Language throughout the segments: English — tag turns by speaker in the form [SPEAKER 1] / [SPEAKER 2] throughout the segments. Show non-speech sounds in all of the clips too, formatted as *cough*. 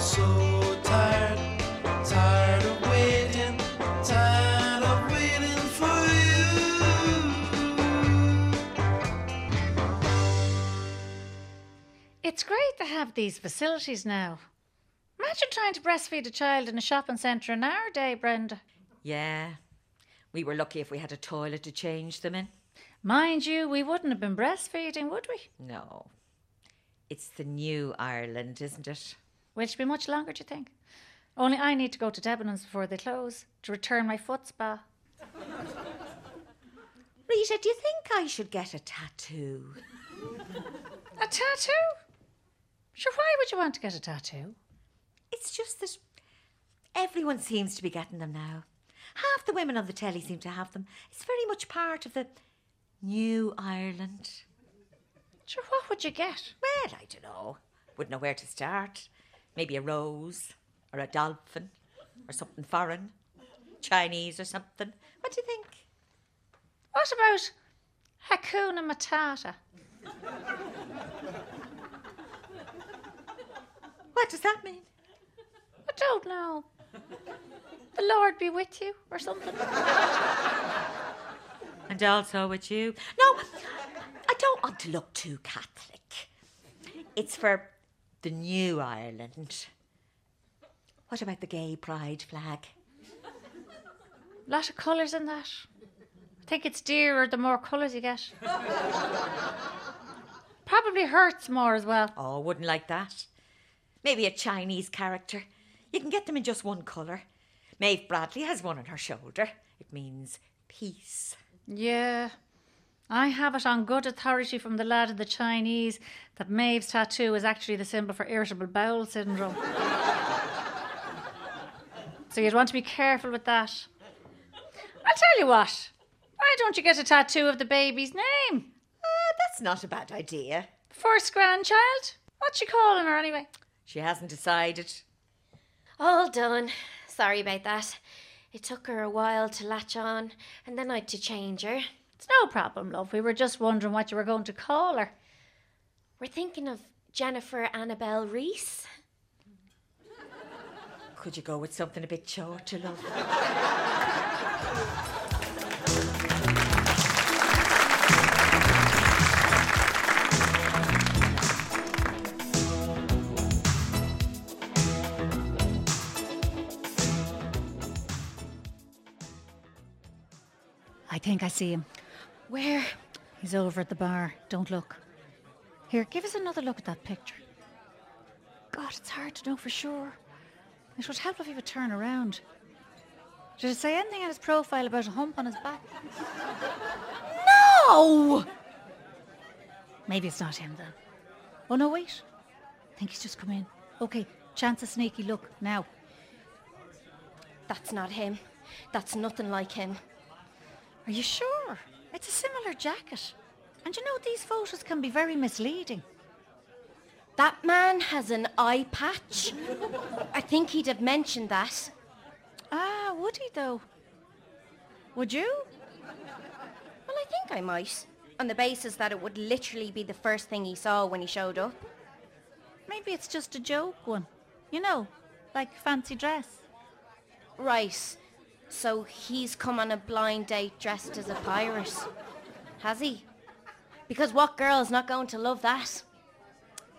[SPEAKER 1] So tired, tired of waiting, tired of waiting for you.
[SPEAKER 2] It's great to have these facilities now. Imagine trying to breastfeed a child in a shopping centre in our day, Brenda.
[SPEAKER 3] Yeah. We were lucky if we had a toilet to change them in.
[SPEAKER 2] Mind you, we wouldn't have been breastfeeding, would we?
[SPEAKER 3] No. It's the new Ireland, isn't it?
[SPEAKER 2] Will it be much longer, do you think? Only I need to go to Debenhams before they close to return my foot spa.
[SPEAKER 3] Rita, do you think I should get a tattoo?
[SPEAKER 2] A tattoo? Sure, why would you want to get a tattoo?
[SPEAKER 3] It's just that everyone seems to be getting them now. Half the women on the telly seem to have them. It's very much part of the new Ireland.
[SPEAKER 2] Sure, what would you get?
[SPEAKER 3] Well, I don't know. Wouldn't know where to start. Maybe a rose or a dolphin or something foreign. Chinese or something. What do you think?
[SPEAKER 2] What about Hakuna Matata?
[SPEAKER 3] What does that mean?
[SPEAKER 2] I don't know. The Lord be with you, or something.
[SPEAKER 3] And also with you. No, I don't want to look too Catholic. It's for the new Ireland. What about the gay pride flag?
[SPEAKER 2] lot of colours in that. I think it's dearer the more colours you get. Probably hurts more as well.
[SPEAKER 3] Oh, wouldn't like that. Maybe a Chinese character. You can get them in just one colour. Maeve Bradley has one on her shoulder. It means peace.
[SPEAKER 2] Yeah. I have it on good authority from the lad of the Chinese that Maeve's tattoo is actually the symbol for irritable bowel syndrome. so you'd want to be careful with that. I'll tell you what. Why don't you get a tattoo of the baby's name?
[SPEAKER 3] Ah, that's not a bad idea.
[SPEAKER 2] First grandchild? What's you calling her anyway?
[SPEAKER 3] She hasn't decided.
[SPEAKER 4] All done. Sorry about that. It took her a while to latch on, and then I had to change her.
[SPEAKER 2] It's no problem, love. We were just wondering what you were going to call her.
[SPEAKER 4] We're thinking of Jennifer Annabelle Reese.
[SPEAKER 3] Could you go with something a bit shorter, love?
[SPEAKER 2] I think I see him.
[SPEAKER 4] Where?
[SPEAKER 2] He's over at the bar. Don't look. Here, give us another look at that picture. God, it's hard to know for sure. It would help if he would turn around. Did it say anything on his profile about a hump on his *laughs* back?
[SPEAKER 3] No!
[SPEAKER 2] Maybe it's not him then. Oh no, wait. I think he's just come in. Okay, chance a sneaky look now.
[SPEAKER 4] That's not him. That's nothing like him.
[SPEAKER 2] Are you sure? It's a similar jacket. And you know, these photos can be very misleading.
[SPEAKER 4] That man has an eye patch. I think he'd have mentioned that.
[SPEAKER 2] Ah, would he though? Would you?
[SPEAKER 4] Well, I think I might. On the basis that it would literally be the first thing he saw when he showed up.
[SPEAKER 2] Maybe it's just a joke one. You know, like fancy dress.
[SPEAKER 4] Right. So he's come on a blind date dressed as a pirate. Has he? Because what girl's not going to love that?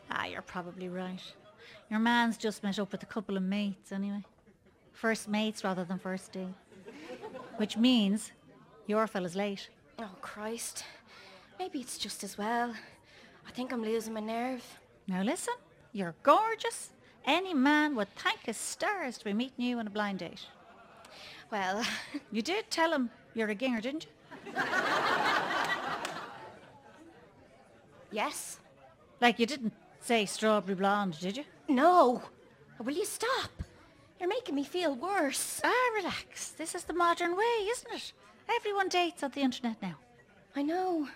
[SPEAKER 2] Ah, you're probably right. Your man's just met up with a couple of mates anyway. First mates rather than first date. Which means your fella's late.
[SPEAKER 4] Oh, Christ. Maybe it's just as well. I think I'm losing my nerve.
[SPEAKER 2] Now listen, you're gorgeous. Any man would thank his stars to be meeting you on a blind date.
[SPEAKER 4] Well, *laughs*
[SPEAKER 2] You did tell him you're a ginger, didn't you?
[SPEAKER 4] yes.
[SPEAKER 2] Like you didn't say strawberry blonde, did you?
[SPEAKER 4] No. Will you stop? You're making me feel worse.
[SPEAKER 2] Ah, relax. This is the modern way, isn't it? Everyone dates on the internet now.
[SPEAKER 4] I know.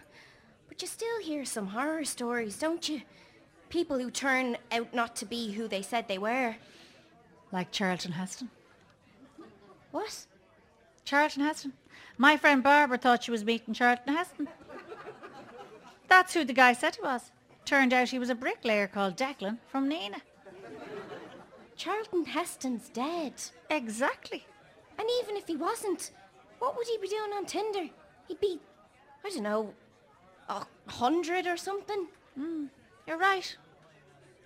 [SPEAKER 4] But you still hear some horror stories, don't you? People who turn out not to be who they said they were.
[SPEAKER 2] Like Charlton Heston.
[SPEAKER 4] What?
[SPEAKER 2] Charlton Heston. My friend Barbara thought she was meeting Charlton Heston. That's who the guy said he was. Turned out he was a bricklayer called Declan from Nina.
[SPEAKER 4] Charlton Heston's dead.
[SPEAKER 2] Exactly.
[SPEAKER 4] And even if he wasn't, what would he be doing on Tinder? He'd be, I don't know, a hundred or something.
[SPEAKER 2] You're right.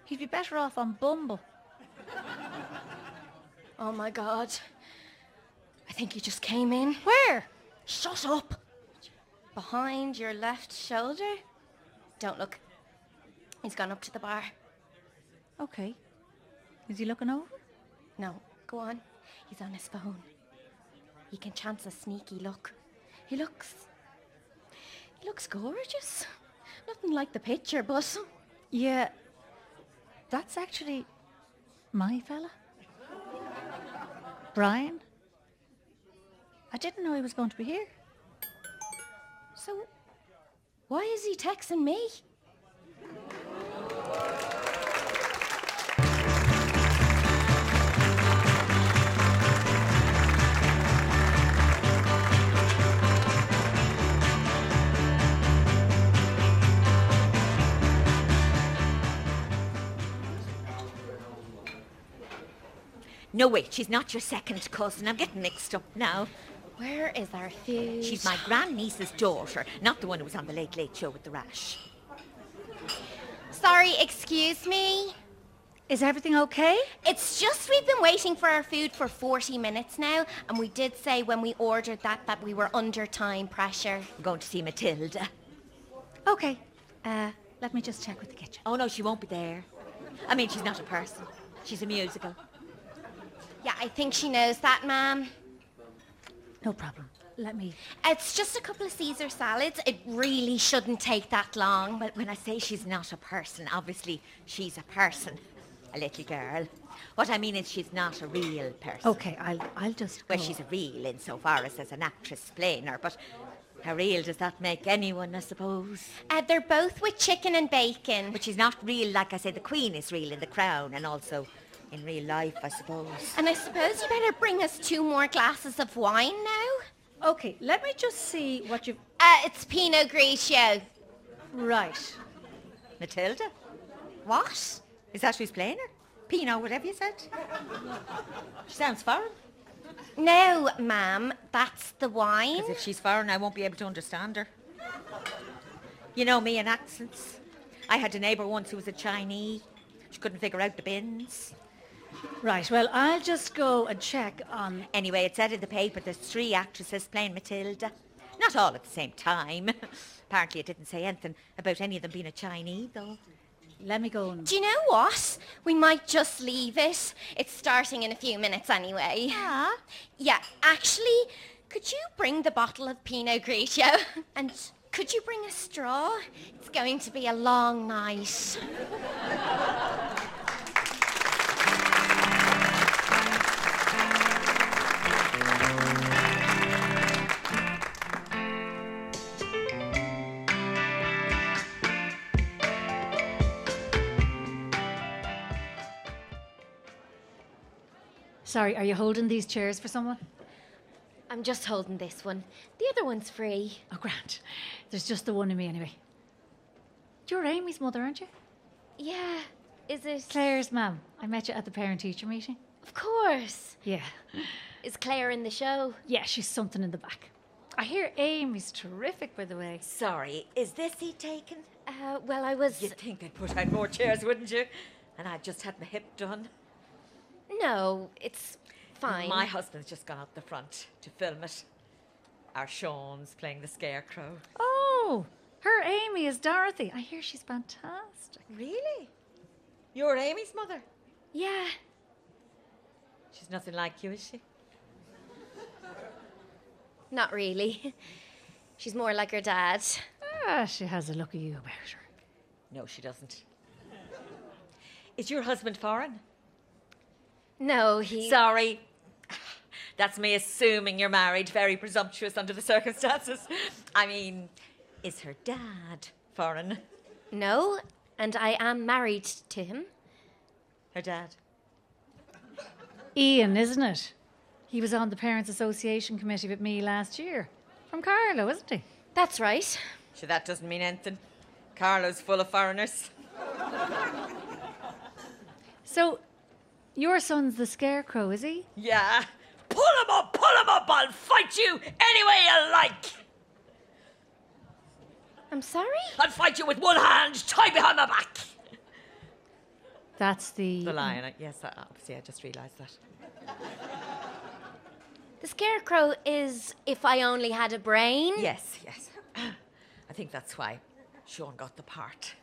[SPEAKER 2] He'd be better off on Bumble.
[SPEAKER 4] Oh my god. I think he just came in.
[SPEAKER 2] Where?
[SPEAKER 4] Shut up! Behind your left shoulder? Don't look. He's gone up to the bar.
[SPEAKER 2] Okay. Is he looking over?
[SPEAKER 4] No, go on. He's on his phone. He can chance a sneaky look. He looks. He looks gorgeous. Nothing like the picture, but.
[SPEAKER 2] Yeah. That's actually my fella. Brian. I didn't know he was going to be here.
[SPEAKER 4] So. Why is he texting me?
[SPEAKER 3] No, wait, she's not your second cousin. I'm getting mixed up now.
[SPEAKER 4] Where is our food?
[SPEAKER 3] She's my grandniece's daughter, not the one who was on the Late Late Show with the rash.
[SPEAKER 4] Sorry, excuse me.
[SPEAKER 2] Is everything okay?
[SPEAKER 4] It's just we've been waiting for our food for 40 minutes now, and we did say when we ordered that that we were under time pressure.
[SPEAKER 3] I'm going to see Matilda.
[SPEAKER 2] Okay. Uh, let me just check with the kitchen.
[SPEAKER 3] Oh, no, she won't be there. I mean, she's not a person. She's a musical.
[SPEAKER 4] Yeah, I think she knows that, ma'am.
[SPEAKER 2] No problem. Let me.
[SPEAKER 4] It's just a couple of Caesar salads. It really shouldn't take that long.
[SPEAKER 3] Well, Uh, when I say she's not a person, obviously she's a person. A little girl. What I mean is she's not a real person.
[SPEAKER 2] Okay, I'll I'll just.
[SPEAKER 3] Well,
[SPEAKER 2] go.
[SPEAKER 3] she's a real insofar as as an actress plainer, but how real does that make anyone, I suppose?
[SPEAKER 4] Uh, they're both with chicken and bacon.
[SPEAKER 3] But she's not real, like I say, the Queen is real in The Crown and also in real life, I suppose.
[SPEAKER 4] And I suppose you better bring us two more glasses of wine now.
[SPEAKER 2] Okay, let me just see what you've.
[SPEAKER 4] Uh, it's Pinot Grigio.
[SPEAKER 2] Right.
[SPEAKER 3] Matilda? What? Is that who's playing her? Pino, whatever you said. She sounds foreign.
[SPEAKER 4] No, ma'am, that's the wine.
[SPEAKER 3] Because if she's foreign, I won't be able to understand her. You know me and accents. I had a neighbour once who was a Chinese. She couldn't figure out the bins.
[SPEAKER 2] Right. Well, I'll just go and check on.
[SPEAKER 3] Anyway, it said in the paper there's three actresses playing Matilda. Not all at the same time. *laughs* Apparently it didn't say anything about any of them being a Chinese, though.
[SPEAKER 2] Let me go and.
[SPEAKER 4] Do you know what? We might just leave it. It's starting in a few minutes anyway. Yeah. Yeah, actually, could you bring the bottle of Pinot Grigio? *laughs* And could you bring a straw? It's going to be a long night.
[SPEAKER 2] Sorry, are you holding these chairs for someone?
[SPEAKER 4] I'm just holding this one. The other one's free.
[SPEAKER 2] Oh, Grant. There's just the one in me anyway. You're Amy's mother, aren't you?
[SPEAKER 4] Yeah. Is it?
[SPEAKER 2] Claire's mum. I met you at the parent-teacher meeting.
[SPEAKER 4] Of course.
[SPEAKER 2] Yeah.
[SPEAKER 4] Is Claire in the show?
[SPEAKER 2] Yeah, she's something in the back. I hear Amy's terrific, by the way.
[SPEAKER 3] Sorry, is this he taken?
[SPEAKER 4] Uh, well, I was.
[SPEAKER 3] You'd think I'd put out more chairs, wouldn't you? And I just had my hip done.
[SPEAKER 4] No, it's fine.
[SPEAKER 3] My husband's just gone out the front to film it. Our Sean's playing the scarecrow.
[SPEAKER 2] Oh, her Amy is Dorothy. I hear she's fantastic.
[SPEAKER 3] Really? You're Amy's mother?
[SPEAKER 4] yeah.
[SPEAKER 3] She's nothing like you, is she?
[SPEAKER 4] Not really. *laughs* She's more like her dad.
[SPEAKER 2] Ah, she has a look at you about her.
[SPEAKER 3] No, she doesn't. Is your husband foreign?
[SPEAKER 4] No, he.
[SPEAKER 3] Sorry. That's me assuming you're married. Very presumptuous under the circumstances. I mean, is her dad foreign?
[SPEAKER 4] no, and I am married to him.
[SPEAKER 3] Her dad.
[SPEAKER 2] Ian, isn't it? He was on the Parents Association Committee with me last year. From Carlo, isn't he?
[SPEAKER 4] That's right.
[SPEAKER 3] Sure, that doesn't mean anything. Carlo's full of foreigners.
[SPEAKER 2] So, your son's the scarecrow, is he?
[SPEAKER 3] Yeah. Pull him up, pull him up, I'll fight you any way you like.
[SPEAKER 4] I'm sorry?
[SPEAKER 3] I'll fight you with one hand tied behind my back.
[SPEAKER 2] That's the.
[SPEAKER 3] The lion, I- yes, I- obviously, I just realised that.
[SPEAKER 4] The scarecrow is if I only had a brain.
[SPEAKER 3] *laughs* Yes, yes. I think that's why Sean got the part.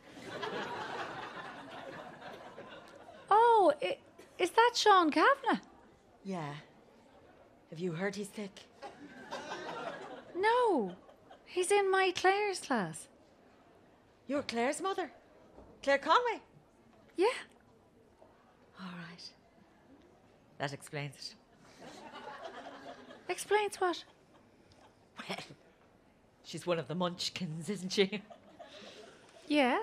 [SPEAKER 2] Oh, i- is that Sean Kavanagh?
[SPEAKER 3] Yeah. Have you heard he's sick?
[SPEAKER 2] No, he's in my Claire's class.
[SPEAKER 3] You're Claire's mother, Claire Conway.
[SPEAKER 2] Yeah.
[SPEAKER 3] All right. That explains it.
[SPEAKER 2] Explains what?
[SPEAKER 3] Well, she's one of the munchkins, isn't she? *laughs*
[SPEAKER 2] Yeah.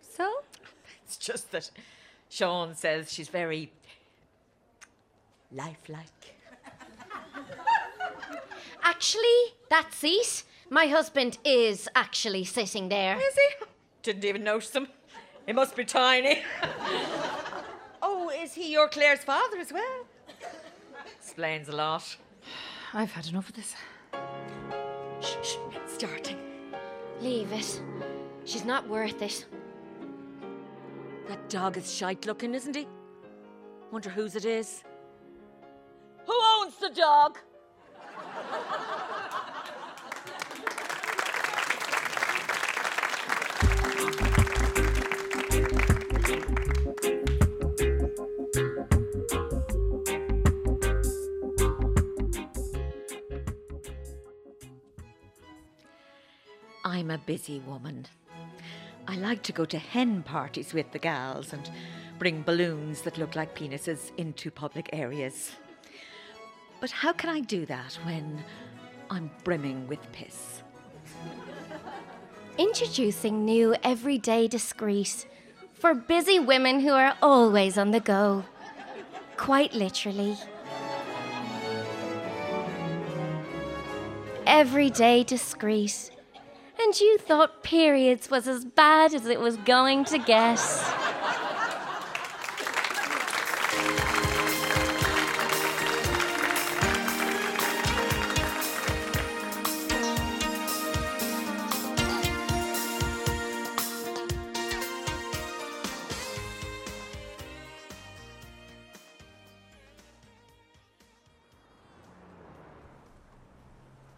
[SPEAKER 2] So?
[SPEAKER 3] It's just that Sean says she's very lifelike.
[SPEAKER 4] Actually, that seat, my husband is actually sitting there.
[SPEAKER 3] Is he? Didn't even notice him. He must be tiny. *laughs* oh, is he your Claire's father as well? Explains a lot.
[SPEAKER 2] I've had enough of this.
[SPEAKER 3] Shh, shh, it's starting.
[SPEAKER 4] Leave it. She's not worth it.
[SPEAKER 3] That dog is shite looking, isn't he? Wonder whose it is. Who owns the dog? I'm a busy woman. I like to go to hen parties with the gals and bring balloons that look like penises into public areas. But how can I do that when I'm brimming with piss?
[SPEAKER 4] Introducing new everyday discreet for busy women who are always on the go. Quite literally. Everyday discreet. And you thought periods was as bad as it was going to get.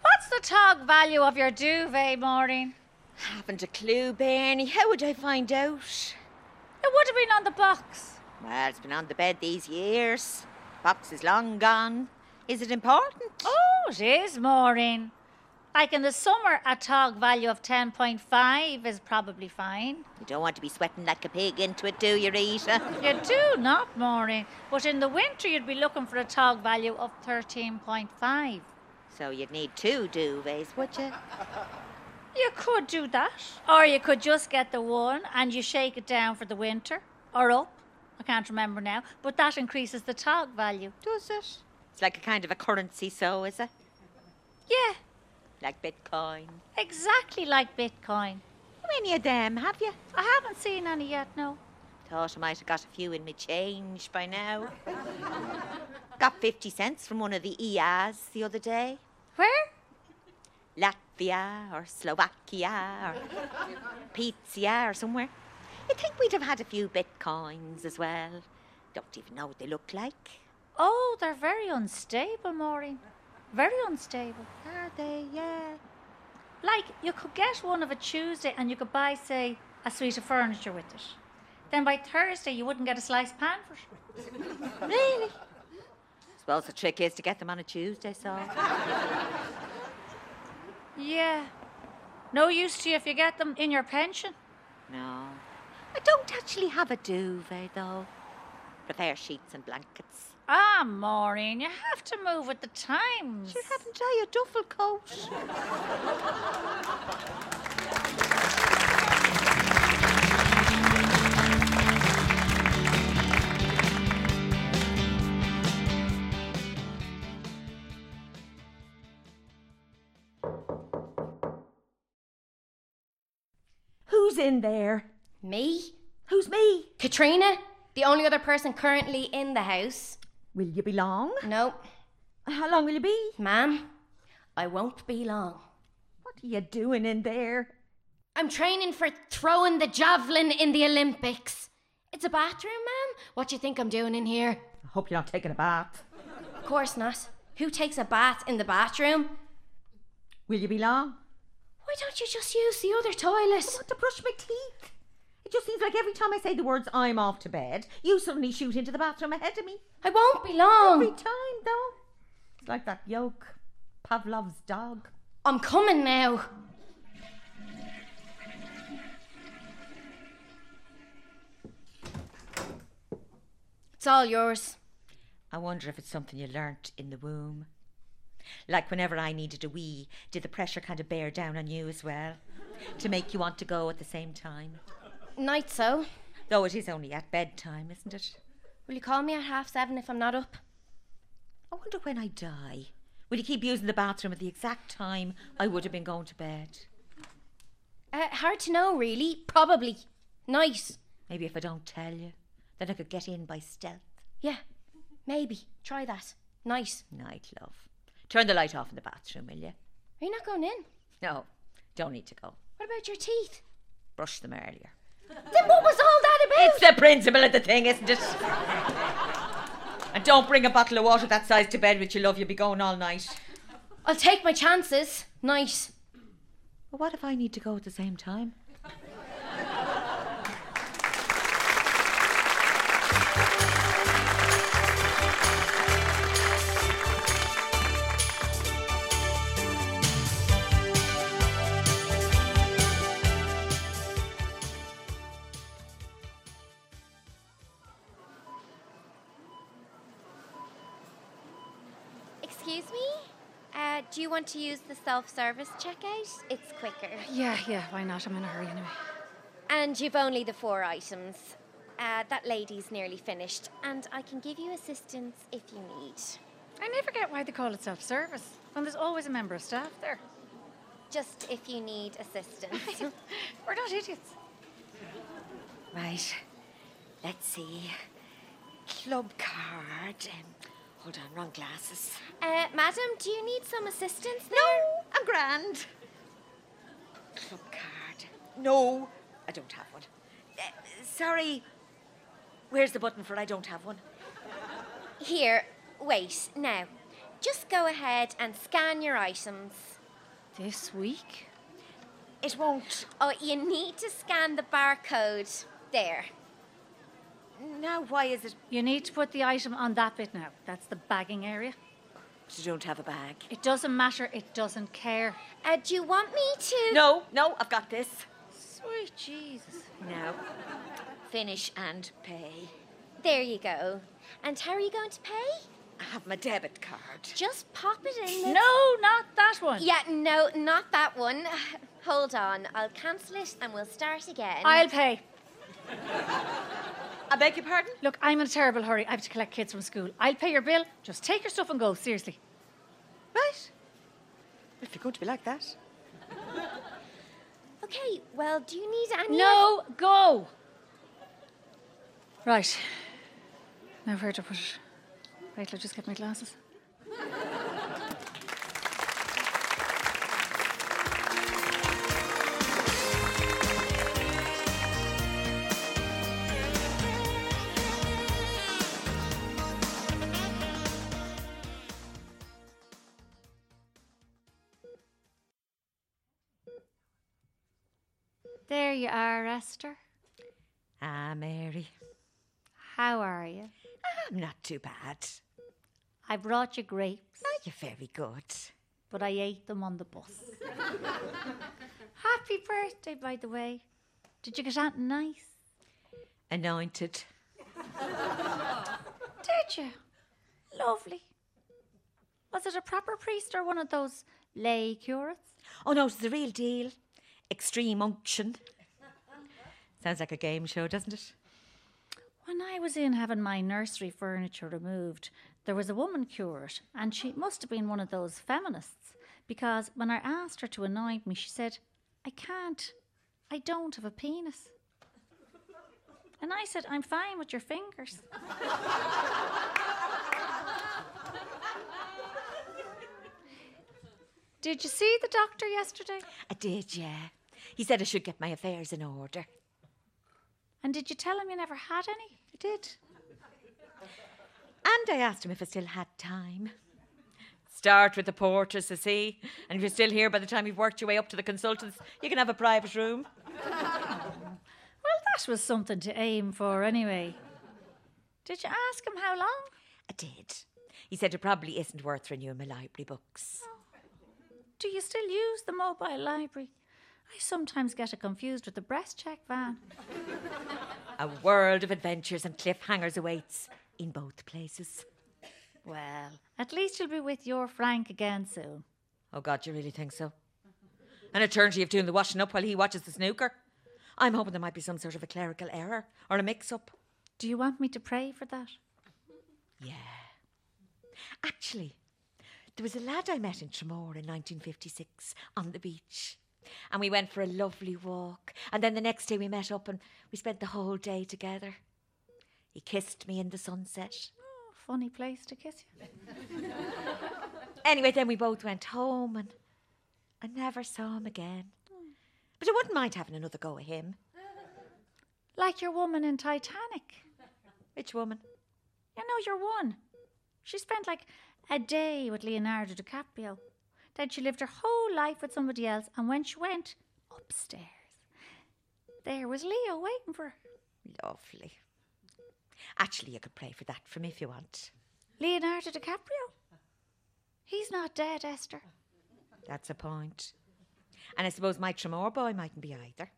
[SPEAKER 2] What's the tog value of your duvet, Maureen?
[SPEAKER 3] Haven't a clue, Bernie. How would I find out?
[SPEAKER 2] It would have been on the box.
[SPEAKER 3] Well, it's been on the bed these years. Box is long gone. Is it important?
[SPEAKER 2] Oh, it is, Maureen. Like in the summer, a tog value of 10.5 is probably fine.
[SPEAKER 3] You don't want to be sweating like a pig into it, do you, Rita?
[SPEAKER 2] You do not, Maureen. But in the winter, you'd be looking for a tog value of 13.5.
[SPEAKER 3] So you'd need two duvets, would you?
[SPEAKER 2] You could do that. Or you could just get the one and you shake it down for the winter or up. I can't remember now. But that increases the tog value.
[SPEAKER 3] Does it? It's like a kind of a currency, so is it?
[SPEAKER 2] Yeah,
[SPEAKER 3] Like Bitcoin.
[SPEAKER 2] exactly like Bitcoin.
[SPEAKER 3] How many of them have you?
[SPEAKER 2] I haven't seen any yet, no.
[SPEAKER 3] Thought I might have got a few in me change by now. got 50 cents from one of the EAs the other day.
[SPEAKER 2] Where?
[SPEAKER 3] Latvia or Slovakia or Pizia or somewhere. I think we'd have had a few bitcoins as well. Don't even know what they look like.
[SPEAKER 2] Oh, they're very unstable, Maureen. Very unstable.
[SPEAKER 3] Are they? Yeah.
[SPEAKER 2] Like, you could get one of a Tuesday and you could buy, say, a suite of furniture with it. Then by Thursday, you wouldn't get a sliced pan for it.
[SPEAKER 3] Really? Suppose the trick is to get them on a Tuesday, so.
[SPEAKER 2] Yeah. No use to you if you get them in your pension.
[SPEAKER 3] No. I don't actually have a duvet, though. Prefer sheets and blankets.
[SPEAKER 2] Ah, Maureen, you have to move with the times.
[SPEAKER 3] Sure, haven't I a duffel coat?
[SPEAKER 5] Who's in there?
[SPEAKER 6] Me?
[SPEAKER 5] Who's me?
[SPEAKER 6] Katrina? The only other person currently in the house?
[SPEAKER 5] Will you be long?
[SPEAKER 6] No,
[SPEAKER 5] How long will you be?
[SPEAKER 6] ma'am. I won't be long.
[SPEAKER 5] What are you doing in there?
[SPEAKER 6] I'm training for throwing the javelin in the Olympics. It's a bathroom, ma'am. What do you think I'm doing in here?
[SPEAKER 5] I hope you're not taking a bath.
[SPEAKER 6] Of course not. Who takes a bath in the bathroom?
[SPEAKER 5] Will you be long?
[SPEAKER 6] Why don't you just use the other toilet?
[SPEAKER 3] want to brush my teeth. It just seems like every time I say the words I'm off to bed, you suddenly shoot into the bathroom ahead of me.
[SPEAKER 6] I won't be
[SPEAKER 3] Every
[SPEAKER 6] long.
[SPEAKER 3] time, though. It's like that yoke, Pavlov's dog.
[SPEAKER 6] I'm coming now. It's all yours.
[SPEAKER 3] I wonder if it's something you learnt in the womb. Like whenever I needed a wee, did the pressure kind of bear down on you as well? To make you want to go at the same time?
[SPEAKER 6] Night so.
[SPEAKER 3] Though it is only at bedtime, isn't it?
[SPEAKER 6] Will you call me at half seven if I'm not up?
[SPEAKER 3] I wonder when I die. Will you keep using the bathroom at the exact time I would have been going to bed?
[SPEAKER 6] Uh, hard to know, really. Probably. Night.
[SPEAKER 3] Maybe if I don't tell you, then I could get in by stealth.
[SPEAKER 6] Yeah, maybe. Try that. Night.
[SPEAKER 3] Night, love. Turn the light off in the bathroom, will you?
[SPEAKER 6] Are you not going in?
[SPEAKER 3] No, don't need to go.
[SPEAKER 6] What about your teeth?
[SPEAKER 3] Brush them earlier.
[SPEAKER 6] Then what was all that about?
[SPEAKER 3] It's the principle of the thing, isn't it? and don't bring a bottle of water that size to bed with you, love. You'll be going all night.
[SPEAKER 6] I'll take my chances. Night.
[SPEAKER 3] But what if I need to go at the same time?
[SPEAKER 4] Excuse me? Uh, do you want to use the self service checkout? It's quicker.
[SPEAKER 7] Yeah, yeah, why not? I'm in a hurry anyway.
[SPEAKER 4] And you've only the four items. Uh, that lady's nearly finished, and I can give you assistance if you need.
[SPEAKER 7] I never get why they call it self service when there's always a member of staff there.
[SPEAKER 4] Just if you need *laughs* assistance.
[SPEAKER 7] We're not idiots.
[SPEAKER 5] Right. Let's see. Club card. Um, hold on, wrong glasses.
[SPEAKER 4] uh, madam, do you need some assistance there?
[SPEAKER 5] I'm grand. Club card. No, I don't have one. Uh, sorry. Where's the button for I don't have one?
[SPEAKER 4] Here, wait, now. Just go ahead and scan your items.
[SPEAKER 7] This week?
[SPEAKER 5] It won't.
[SPEAKER 4] Oh, you need to scan the barcode. There.
[SPEAKER 5] Now, why is it?
[SPEAKER 7] You need to put the item on that bit now. That's the bagging area.
[SPEAKER 5] You don't have
[SPEAKER 7] *laughs*
[SPEAKER 5] a bag.
[SPEAKER 7] It doesn't matter, it doesn't care.
[SPEAKER 4] Uh, do you want me to?
[SPEAKER 5] No, no, I've got this.
[SPEAKER 7] Sweet Jesus.
[SPEAKER 5] Now, finish and pay.
[SPEAKER 4] There you go. And how are you going to pay?
[SPEAKER 5] I have my debit card.
[SPEAKER 4] Just pop it in. Miss-
[SPEAKER 7] No, not that one.
[SPEAKER 4] Yeah, no, not that one. *sighs* Hold on. I'll cancel it and we'll start again.
[SPEAKER 7] I'll pay.
[SPEAKER 5] I beg your pardon?
[SPEAKER 7] Look, I'm in a terrible hurry. I have to collect kids from school. I'll pay your bill. Just take your stuff and go, seriously.
[SPEAKER 5] Right. If you're going to be like that.
[SPEAKER 4] Okay, well, do you need any?
[SPEAKER 7] No, go. Right. Now, where to put it? Wait, let's just get my glasses.
[SPEAKER 2] There you are, Esther.
[SPEAKER 3] Ah, Mary.
[SPEAKER 2] How are you?
[SPEAKER 3] I'm not too bad.
[SPEAKER 2] I brought you grapes,
[SPEAKER 3] Ah, you're very good.
[SPEAKER 2] but I ate them on
[SPEAKER 7] *laughs*
[SPEAKER 2] the bus. Happy birthday, by the way. Did you get out nice?
[SPEAKER 3] Anointed.
[SPEAKER 2] Did you? Lovely. Was it a proper priest or one of those lay curates?
[SPEAKER 3] Oh, no, it's the real deal. Extreme unction. Sounds like a game show, doesn't it?
[SPEAKER 2] When I was in having my nursery furniture removed, there was a woman curate, and she must have been one of those feminists, because when I asked her to anoint me, she said, I can't. I don't have a penis. And I said, I'm fine with your fingers. *laughs* Did you see the doctor yesterday?
[SPEAKER 3] I did, yeah. He said I should get my affairs in order.
[SPEAKER 2] And did you tell him you never had any?
[SPEAKER 3] I did. And I asked him if I still had time. Start with the porters, I see. And if you're still here by the time you've worked your way up to the consultants, you can have a private room.
[SPEAKER 2] Well, that was something to aim for anyway. Did you ask him how long?
[SPEAKER 3] I did. He said it probably isn't worth renewing my library books.
[SPEAKER 2] Do you still use the mobile library? I sometimes get it confused with the breast check van.
[SPEAKER 3] A world of adventures and cliffhangers awaits in both places.
[SPEAKER 2] Well, at least you'll be with your Frank again soon.
[SPEAKER 3] Oh, God, you really think so? An eternity of doing the washing up while he watches the snooker? I'm hoping there might be some sort of a clerical error or a mix up.
[SPEAKER 2] Do you want me to pray for that?
[SPEAKER 3] Yeah. Actually, there was a lad I met in Tremor in 1956 on the beach. And we went for a lovely walk. And then the next day we met up and we spent the whole day together. He kissed me in the sunset.
[SPEAKER 2] Oh, funny place to kiss you.
[SPEAKER 3] Anyway, then we both went home and I never saw him again. But I wouldn't mind having another go at him.
[SPEAKER 2] Like your woman in Titanic.
[SPEAKER 3] Which woman?
[SPEAKER 2] You know, you're one. She spent like a day with Leonardo DiCaprio. Then she lived her whole life with somebody else, and when she went upstairs, there was Leo waiting for her.
[SPEAKER 3] Lovely. Actually, you could pray for that for me if you want.
[SPEAKER 2] Leonardo DiCaprio. He's not dead, Esther.
[SPEAKER 3] That's a point. And I suppose my Tremor boy mightn't be either.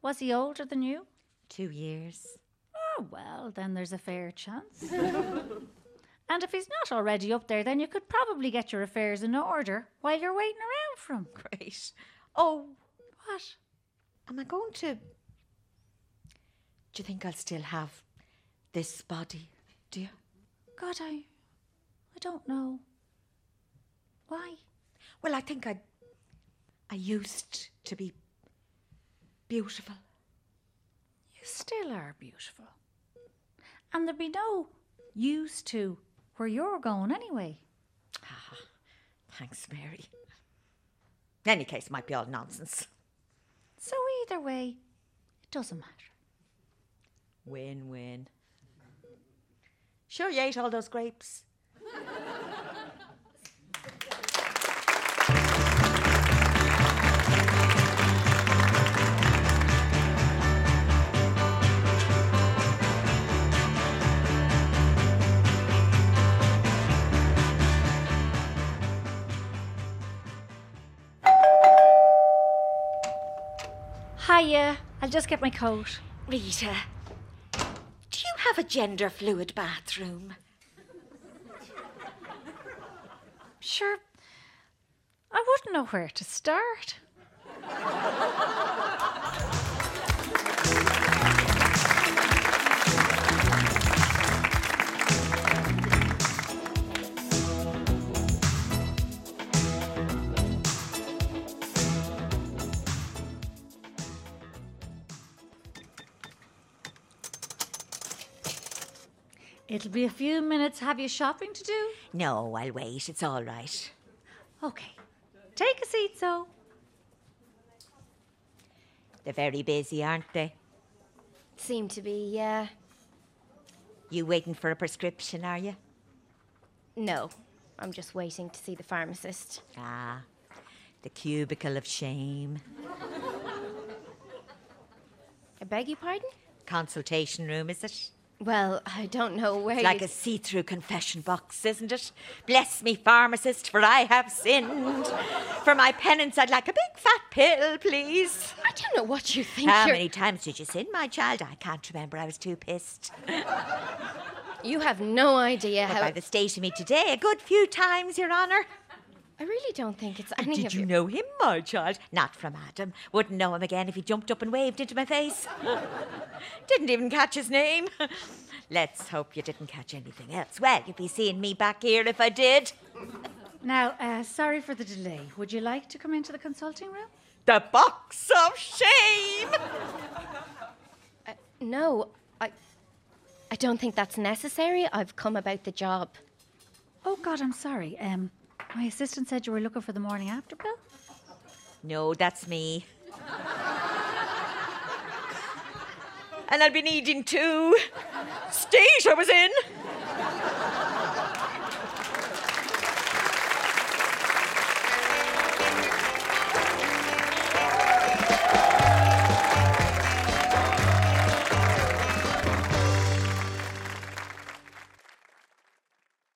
[SPEAKER 2] Was he older than you?
[SPEAKER 3] Two years. *laughs*
[SPEAKER 2] Oh, well, then there's a fair chance. and if he's not already up there, then you could probably get your affairs in order while you're waiting around for him.
[SPEAKER 3] Great. Oh,
[SPEAKER 2] What?
[SPEAKER 3] am I going to. Do you think I'll still have this body? Do you?
[SPEAKER 2] God, I. I don't know. Why?
[SPEAKER 3] Well, I think I. I used to be beautiful.
[SPEAKER 2] You still are beautiful. And there'd be no use to where you're going anyway.
[SPEAKER 3] Thanks, Mary. In any case, it might be all nonsense.
[SPEAKER 2] So either way, it doesn't matter.
[SPEAKER 3] Win win. Sure, you ate all those grapes.
[SPEAKER 2] Hiya, I'll just get my coat.
[SPEAKER 3] Rita, do you have a gender fluid bathroom?
[SPEAKER 2] Sure, I wouldn't know where to start. It'll be a few minutes. Have you shopping to do?
[SPEAKER 3] No, I'll wait. It's all right.
[SPEAKER 2] Okay. Take a seat, so.
[SPEAKER 3] They're very busy, aren't they?
[SPEAKER 4] Seem to be, yeah.
[SPEAKER 3] You waiting for a prescription, are you?
[SPEAKER 4] No, I'm just waiting to see the pharmacist.
[SPEAKER 3] Ah, the cubicle of shame.
[SPEAKER 4] I beg your pardon?
[SPEAKER 3] Consultation room, is it?
[SPEAKER 4] Well, I don't know where.
[SPEAKER 3] It's like
[SPEAKER 4] you-
[SPEAKER 3] a see through confession box, isn't it? Bless me, pharmacist, for I have sinned. For my penance, I'd like a big fat pill, please.
[SPEAKER 4] I don't know *laughs* what you think.
[SPEAKER 3] How
[SPEAKER 4] you're-
[SPEAKER 3] many times did you sin, my child? I can't remember. I was too pissed.
[SPEAKER 4] You have no idea
[SPEAKER 3] But
[SPEAKER 4] how.
[SPEAKER 3] by the state of me today, a good few times, Your Honour.
[SPEAKER 4] I really don't think *laughs* it's any
[SPEAKER 3] Did
[SPEAKER 4] of
[SPEAKER 3] you
[SPEAKER 4] your.
[SPEAKER 3] know him, my child? Not from Adam. Wouldn't know him again if he jumped up and waved into my face. *laughs* didn't even catch his name. *laughs* Let's hope you didn't catch anything else. Well, you'd be seeing me back here if I did.
[SPEAKER 2] Now, uh, sorry for the delay. Would you like to come into the consulting room?
[SPEAKER 3] The box of shame.
[SPEAKER 6] No, I. I don't think that's necessary. I've come about the job.
[SPEAKER 2] Oh, God, I'm sorry. Um, my assistant said you were looking for the morning after pill.
[SPEAKER 3] No, that's me. *laughs* and I'd been eating too. State I was in.